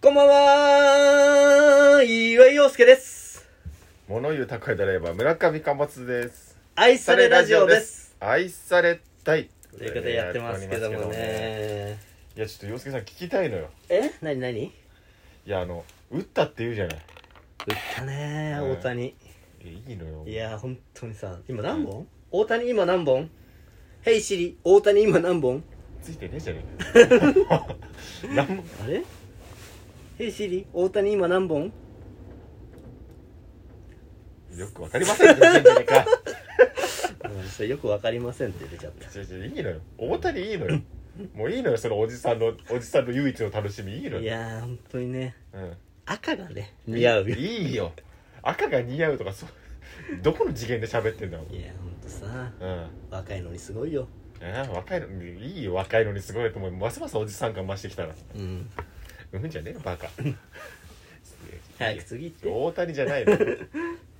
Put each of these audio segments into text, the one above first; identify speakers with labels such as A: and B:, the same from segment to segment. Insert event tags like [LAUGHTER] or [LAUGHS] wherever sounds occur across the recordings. A: こんばんは岩井陽介です。
B: 物言う宅配ドライバー村上貨物です
A: 愛されラジオです。
B: 愛されたい
A: ということでやってますけどもね。
B: いやちょっと洋介さん聞きたいのよ
A: え何何
B: いやあの打ったって言うじゃない
A: 打ったね
B: うん
A: 大谷。
B: えいいのよ
A: いやー、本当にさ、今何本大谷今何本ヘイシリ、大谷今何本
B: ついてねえじゃねえか [LAUGHS] なんも
A: あれヘイシリ、大谷今何本
B: よくわかりませんって言ってんじゃねえか
A: うんそれよくわかりませんって出ちゃった。
B: 違う違ういいのよ大谷いいのよもういいのよそのおじさんのおじさんの唯一の楽しみいいの
A: い
B: よ、
A: やー、本当にね、
B: うん、
A: 赤がね、似合うよ。
B: いいよ赤が似合うとかそうどこの次元で喋ってんだもん
A: いやー、ほんとさ、
B: うん
A: 若いのにすごいよ。
B: えー若いのいいよ若いのにすごいと思うますますおじさん感増してきたら
A: うん。
B: うんじゃねえよバカ
A: [LAUGHS] 早く次行って。
B: 大谷じゃないのい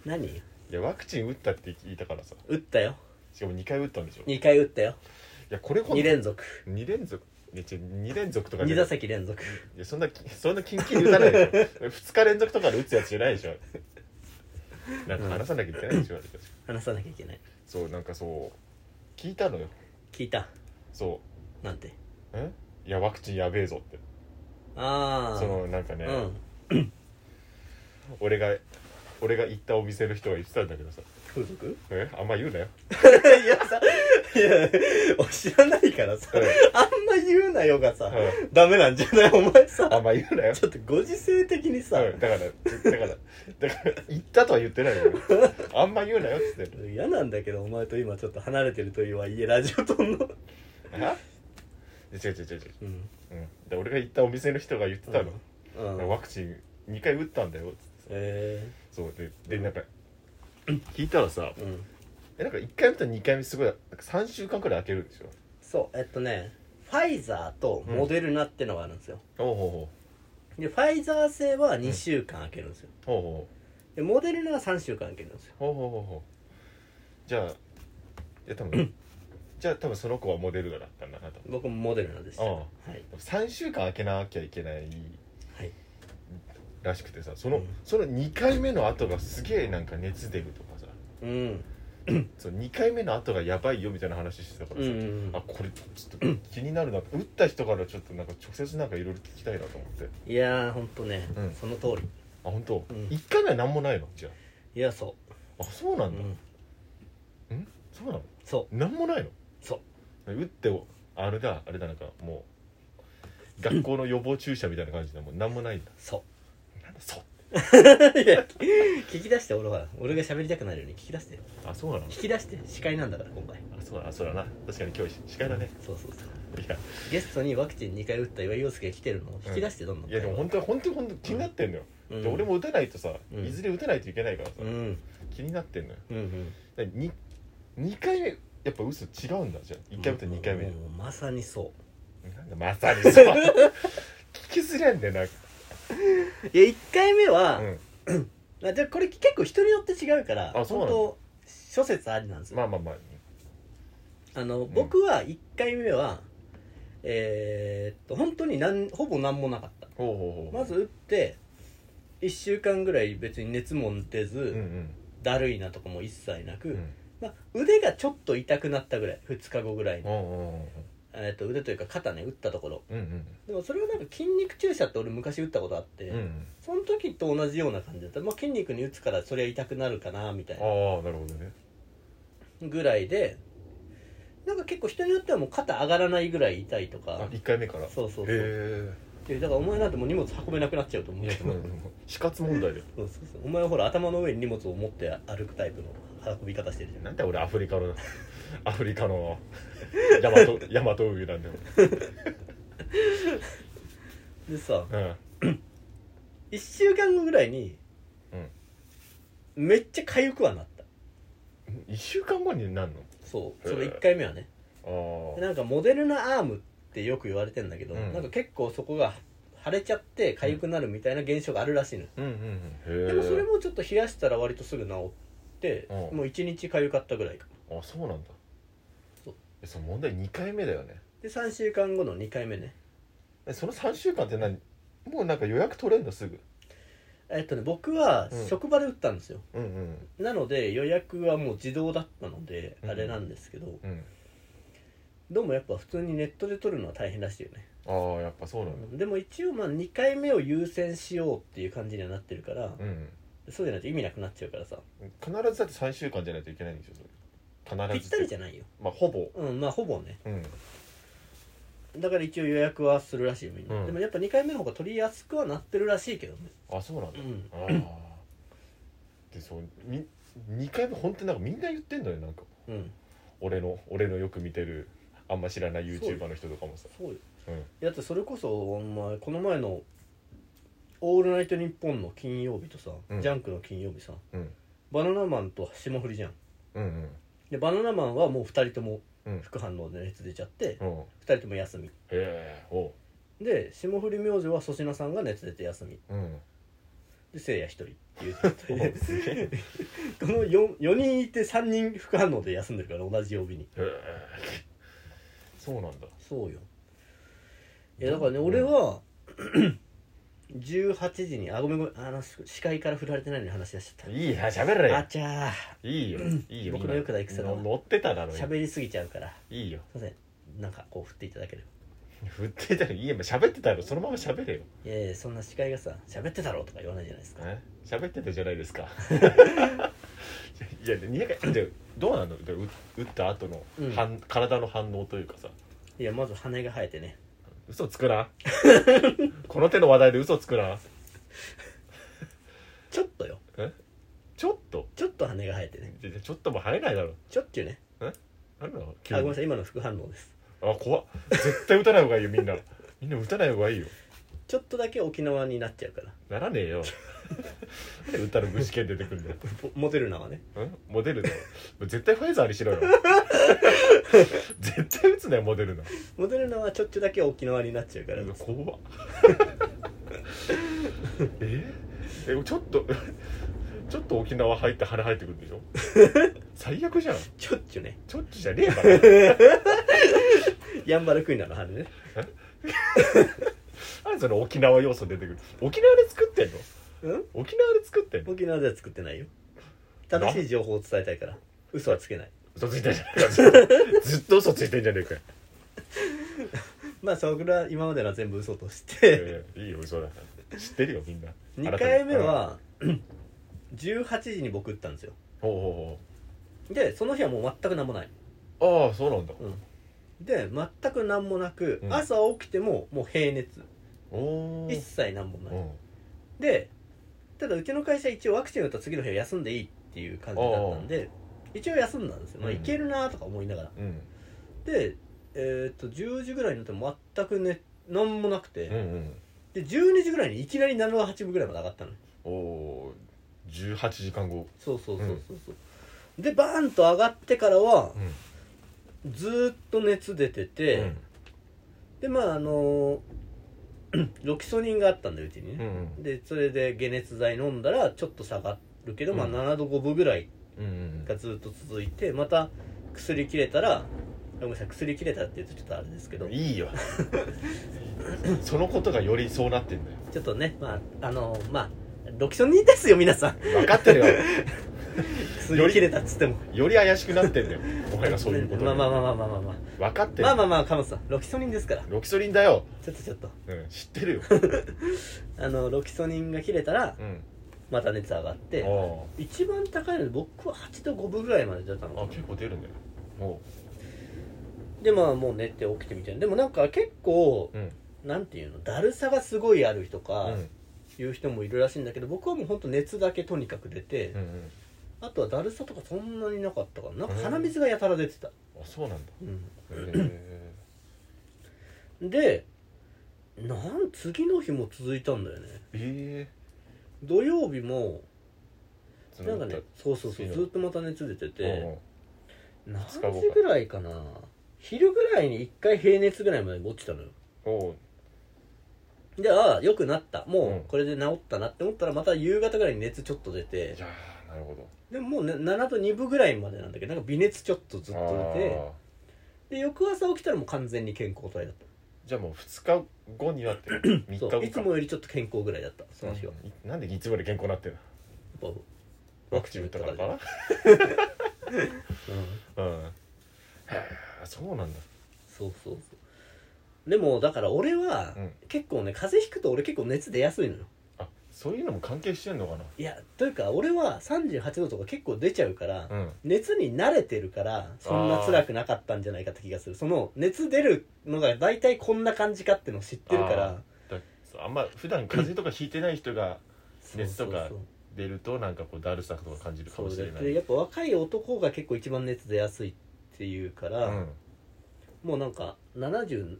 A: 何
B: やワクチン打ったって聞いたからさ
A: 打ったよ
B: しかも2回打ったんでしょい
A: 2回打ったよ
B: やこれほん
A: 2連続
B: 2連続いや違う2連続とかじ
A: 2
B: ゃない
A: 打席連続
B: いやそんなそんな緊急に打たないでしょ2日連続とかで打つやつじゃないでしょなんか話さなきゃいけないでしょ、あれ
A: 話さなきゃいけない
B: そうなんかそう聞いたのよ
A: 聞いた
B: そ
A: なんて
B: うえいやワクチンやべえぞって
A: ああ
B: そのなんかね、
A: うん
B: 俺が俺が行ったお店の人が言ってたんだけどさ
A: 風俗
B: えあんま言うなよ
A: [LAUGHS] いやさいや俺知らないからさ
B: うん
A: あんま言うなよがさ
B: う
A: ダメなんじゃないお前さ
B: あんま言うなよ
A: ちょっとご時世的にさ
B: うん、だからだからだから行ったとは言ってないよあんま言うなよっつってる
A: 嫌なんだけどお前と今ちょっと離れてるというはいえラジオとんの
B: あ違う違う違う違う、
A: うん
B: うん、で俺が行ったお店の人が言ってたの、
A: うんうん
B: ワクチン2回打ったんだよっつってさ
A: え
B: そうででなんか聞いたらさ
A: ーうん
B: えなんか1回目と2回目すごいなんか3週間くらい空けるんでしょ
A: そうえっとねファイザーとモデルナってのがあるんですよ
B: おうほ
A: でファイザー製は2週間空けるんですよ、
B: うほうほ
A: でモデルナは3週間空けるんですよ
B: うほうほうほうほうほうじゃあいや
A: [LAUGHS]
B: 多分じゃあ多分その子はモデルだったんだなと
A: 僕もモデルナでした、
B: ああ
A: はい
B: 3週間空けなきゃいけない
A: はい
B: らしくてさその,、
A: うん
B: その2回目の後がすげえなんか熱出るとかさ
A: うん
B: その2回目の後がやばいよみたいな話してたから
A: うん
B: さ、
A: うん
B: あこれちょっと気になるな打った人からちょっとなんか直接なんかいろいろ聞きたいなと思ってあ
A: いやーほんとね、
B: うん
A: その通り
B: 本当、
A: うん
B: 一1回目は何もないのじゃ
A: いやそ
B: ああそうな
A: う、うん
B: だ、
A: ん、
B: そうなの
A: そう
B: 何もないの
A: そう
B: 打ってもあれだあれだなんかもう学校の予防注射みたいな感じでもう何もないんだ
A: そ
B: なんだそう
A: う [LAUGHS] いや聞き出して俺は俺が喋りたくなるように聞き出してよ
B: あそうなの
A: 聞き出して司会なんだから今回
B: あそうだあそうだな確かに今日司会だね
A: そうそうそう
B: いや
A: ゲストにワクチン2回打った岩井陽介が来てるのを引き出してどんどん、
B: いやでも本当は本当に本当に気になってんのよ、
A: うん、
B: で俺も打たないとさ、
A: うん
B: いずれ打たないといけないからさ、
A: うんうん
B: 気になってんのよ
A: うん
B: だ 2, 回目やっぱ嘘違うんだじゃあ1回目と2回目、
A: もうまさにそ
B: なんだまさにさ聞きずれんだよ
A: ういや1回目は、
B: な、うん、
A: あじゃあこれ結構人によって違うから
B: あそう
A: 本
B: なの
A: 当諸説ありなんですよ、
B: まあまあまあ
A: あの
B: ん
A: 僕は1回目は、えーっと本当になんほぼ何もなかった
B: ほうほうほう
A: まず打って1週間ぐらい別に熱も出ず、
B: うんうん
A: だるいなとかも一切なく、
B: うん
A: まあ、腕がちょっと痛くなったぐらい2日後ぐらいの、
B: おうおうおう
A: えーっと腕というか肩ね打ったところ
B: うんうん
A: でもそれはなんか筋肉注射って俺昔打ったことあって、
B: うんうん
A: その時と同じような感じだった、まあ、筋肉に打つからそれは痛くなるかなみたいな
B: ああなるほどね
A: ぐらいでなんか結構人によってはもう肩上がらないぐらい痛いと
B: あ
A: か
B: 1回目からへ
A: そうそうそう
B: え
A: でだからお前なんてもう荷物運べなくなっちゃうと思う
B: い
A: け
B: や
A: ど
B: でもでも死活問題だよ
A: そうそうそうお前はほら頭の上に荷物を持って歩くタイプの運び方してるじゃな
B: ないんで俺アフリカ [LAUGHS] のアフリカの [LAUGHS] ヤマトヤマトウイなんだよ、
A: でさ
B: うん、
A: 1週間後ぐらいに、
B: うん
A: めっちゃ痒くはなった
B: 1週間後になんの
A: そう
B: へえ
A: それ1回目はね
B: あ
A: なんかモデルナアームってよく言われてんだけど、
B: うん
A: なんか結構そこが腫れちゃって痒くなるみたいな現象があるらしいの
B: あうんうんうんへ
A: で
B: え
A: もそれもちょっと冷やしたら割とすぐ治って、
B: うん
A: もう1日痒かったぐらいか
B: あそうなんだ
A: そう
B: えその問題2回目だよね
A: で3週間後の2回目ね
B: えその3週間って何もうなんか予約取れんのすぐ
A: えっとね僕は
B: うん
A: 職場で打ったんですよ、
B: うんうん
A: なので予約はもう自動だったので
B: うん
A: あれなんですけど、
B: うん
A: どうもやっぱ普通にネットで取るのは大変らしいよね
B: ああやっぱそうなんだ
A: でも一応まあ2回目を優先しようっていう感じにはなってるから、
B: うん
A: そうじゃないと意味なくなっちゃうからさ
B: 必ずだって3週間じゃないといけないんでしょそれ
A: ぴ
B: 必
A: っ
B: ず
A: たりじ
B: ゃ
A: ゃないよ
B: まあほぼ
A: うんまあほぼね
B: うん
A: だから一応予約はするらしいよみんな、
B: うん
A: でもやっぱ2回目の方が取りやすくはなってるらしいけどね
B: あそうなんだ、
A: うん
B: ああでそうに2回目本当になんかみんな言ってんのよなんか
A: うん
B: 俺の俺のよく見てるあんま知らない YouTuber の人とかもさ
A: そうよ
B: うん
A: だってそれこそお前この前の「オールナイトニッポン」の金曜日とさ、
B: うん
A: ジャンクの金曜日さ
B: うん
A: バナナマンと霜降りじゃん
B: うん
A: でバナナマンはもう2人とも
B: うん
A: 副反応で熱出ちゃって、
B: う
A: 二
B: んうんへ
A: 2人とも休み
B: えおう
A: で霜降り明星は粗品さんが熱出て休み
B: うん
A: でせいや1人っていう状態
B: [LAUGHS]
A: で
B: すげえへ
A: この 4, 4人いて3人副反応で休んでるから同じ曜日に
B: えそうなんだ
A: そうよいやだからね、
B: うん
A: 俺は18時にあごめんごめんあの視界から振られてないのに話し出しちゃった
B: いいや喋れ
A: あ
B: よ
A: ちゃ
B: いいよいいよ
A: 僕のよくない癖だわ
B: の乗ってただろ
A: ー
B: 今
A: 喋りすぎちゃうから
B: いいよ
A: すいませんなんかこう振っていただければ
B: 振ってたらいいよ喋ってたろそのまま喋れよ
A: いやいやそんな司会がさ喋ってたろうとか言わないじゃないですか
B: え喋ってたじゃないですか [LAUGHS] いや200回でどうなのでう打った後の
A: うん
B: 反、体の反応というかさ
A: いやまず羽が生えてね
B: 嘘つ
A: [LAUGHS]
B: くなこの手の話題で嘘つくな
A: ちょっとよ
B: ちょっと
A: ちょっと羽が生えてね
B: じゃじゃちょっとも生えないだろ
A: ちょっちゅうね
B: なんだろ
A: あごめんな
B: 急
A: さい
B: に
A: 今の副反応です
B: あ怖っ絶対打たない方がいいよみんなみんな打たない方がいいよ
A: ちょっとだけ沖縄になっちゃうから
B: ならねえよなんで打ったら具志堅出てくるんだよ
A: ぼモデルナはね
B: んモデルだよ絶対ファイザーに
A: [LAUGHS]
B: しろよ絶対打つなよモデルナ
A: モデルナはちょっちゅうだけ沖縄になっちゃうから
B: うわ怖
A: [LAUGHS]
B: っええちょっと [LAUGHS] ちょっと沖縄入って腹入ってくるんでしょ
A: [LAUGHS]
B: 最悪じゃん
A: ちょっちゅうね
B: ちょっとじゃねえから
A: ヤンバルクイナの羽ね
B: 何その沖縄要素出てくる沖縄で作ってんの
A: うん
B: 沖縄で作ってんの
A: 沖縄では作ってないよ正しい情報を伝えたいから嘘はつけない
B: 嘘ついてんじゃね
A: [LAUGHS]
B: えかずっとずっと嘘ついてんじゃねえかよ
A: まあそれは今までのは全部嘘とし
B: いや
A: て
B: いやいいよ嘘だから知ってるよみんな
A: 2回目は18時に僕打ったんですよ
B: ほうほ
A: でその日はもう全く何もないう
B: ほうああそうなんだ
A: うんで全く何もなく、
B: うん
A: 朝起きてももう平熱
B: おお
A: 一切何もない、
B: うん
A: でただうちの会社一応ワクチン打った次の日は休んでいいっていう感じだったんで一応休んだんですよ、まあ、
B: うん
A: いけるなとか思いながら、
B: うん
A: でえーっと10時ぐらいになっても全くね何もなくて、
B: うんうん
A: で12時ぐらいにいきなり7分8分ぐらいまで上がったの
B: おおー18時間後
A: そうそうそうそうそう、でバーンと上がってからは
B: うん
A: ずーっと熱出てて、でまああのー [CLEARS THROAT] ロキソニンがあったんでうちに
B: うんう
A: ね、
B: ん
A: でそれで解熱剤飲んだらちょっと下がるけど、まあ
B: うん
A: 7度5分ぐらい
B: うんうん
A: がずっと続いてまた薬切れたらあごめんなさい薬切れたって言うとちょっとあれですけど
B: いいよそのことがよりそうなってんだよ
A: ちょっとねまああのーまあロキソニンですよ皆さん
B: 分かってるよ
A: 薬切れたっつっても
B: より怪しくなってんだよお前がそういうこと
A: まあまあまあ
B: あ
A: まあまあまあまあ
B: 分かってる
A: まあまあまあ鴨さんロキソニンですから
B: ロキソリンだよ、
A: ちょっとちょっと
B: うん、知ってるよ、
A: あのロキソニンが切れたら
B: うん、
A: また熱上がって
B: お
A: 一番高いので僕は8度5分ぐらいまで出た
B: ーあ
A: の
B: 結構出るんだよお
A: でまあもう寝て起きてみたいなでもなんか結構
B: ううん
A: なんていうのだるさがすごいある人
B: う
A: か
B: ん
A: いう人もいるらしいんだけど僕はもうほんと熱だけとにかく出て
B: うんうん
A: あとはだるさとかそんなになかったからなんか鼻水がやたら出てた、
B: あそうなんだ
A: う
B: へえ
A: ん、でなん次の日も続いたんだよね
B: え
A: 土曜日も
B: ー
A: なんかねそうそうそうずっとまた熱出てて何時ぐらいかな昼ぐらいに1回平熱ぐらいまで落ちたのよ
B: おお
A: でああ良くなったも
B: うん
A: うこれで治ったなって思ったらまた夕方ぐらいに熱ちょっと出て
B: いやーなるほど
A: でももうね7度2分ぐらいまでなんだけどなんか微熱ちょっとずっと出てで翌朝起きたらもう完全に健康体だった
B: あじゃあもう2日後になっ
A: [COUGHS]
B: てる3日後
A: そ
B: か
A: ういつもよりちょっと健康ぐらいだったその日は、
B: うんなんでいつまで健康になってんの
A: やっぱ
B: ワクチン打ったからか
A: うん
B: なうんへえそうなんだ
A: そうそうそうでもだから俺は、
B: うん
A: 結構ね風邪ひくと俺結構熱出やすいのよ
B: あそういうのも関係してんのかない
A: やというか俺は38度とか結構出ちゃうから、
B: うん
A: 熱に慣れてるからそんな辛くなかったんじゃないかって気がするその熱出るのが大体こんな感じかっての知ってるから
B: だそうあんま普段風邪とかひいてない人が
A: そうそうそう
B: 熱とか出るとなんかこうだるさとか感じるかもしれな
A: そう
B: い
A: でやっぱ若い男が結構一番熱出やすいっていうから、
B: うん
A: もうなんか7070%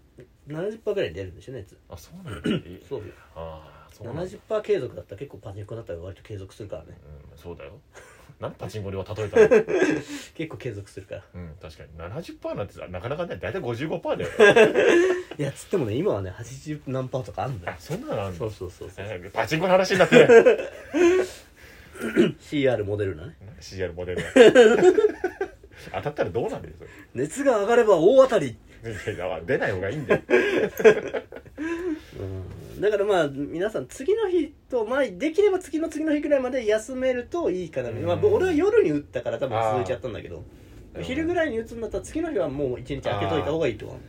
A: ぐらい出るんでしょ熱
B: あそうなんだえ
A: そう
B: ああそうなんだ
A: 70%継続だったら結構パチンコだったら割と継続するからね
B: うんそうだよなんでパチンコには例えたの
A: 結構継続するから
B: うん確かに70%なんてさなかなかね大体55%だよ
A: いやつってもね今はね80何パーとかあんだ
B: あ
A: よ
B: そんなのあん
A: そ
B: の
A: うそうそう [LAUGHS] そう
B: えーパチンコの話になってる
A: CR モデルなね
B: CR モデルが当たったらどうなんだよそれ
A: 熱が上がれば大当たり
B: いや出ない方がいいんだよ
A: うんだからまあ皆さん次の日とまあできれば次の次の日ぐらいまで休めるといいかな、
B: うん
A: まあ、俺は夜に打ったから多分続いちゃったんだけど
B: あー
A: 昼ぐらいに打つんだったら次の日はもう一日空けといた方がいいとは思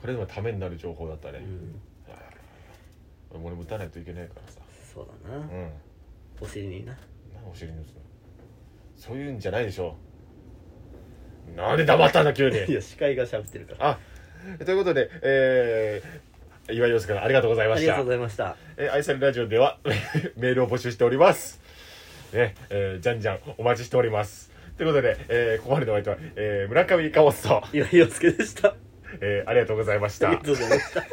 B: これでもためになる情報だった
A: う、う
B: ね、
A: ん、
B: 俺も打たないといけないからさ
A: そうだな
B: うんなん
A: お尻にな
B: お尻に打つのそういうんじゃないでしょなんで黙ったんだ急
A: い
B: に
A: や司会が喋ってるから
B: あということでえー、岩井陽介さんありがとうございま
A: あ
B: し
A: りが
B: た
A: とうございました
B: えー愛されラジオではメールを募集しておりますねえーじゃんじゃんお待ちしておりますということで、えーここまでのお相手は、えー村上かおと、
A: 岩井陽介でした
B: えーありがとうございまし
A: あり
B: た
A: がとうございました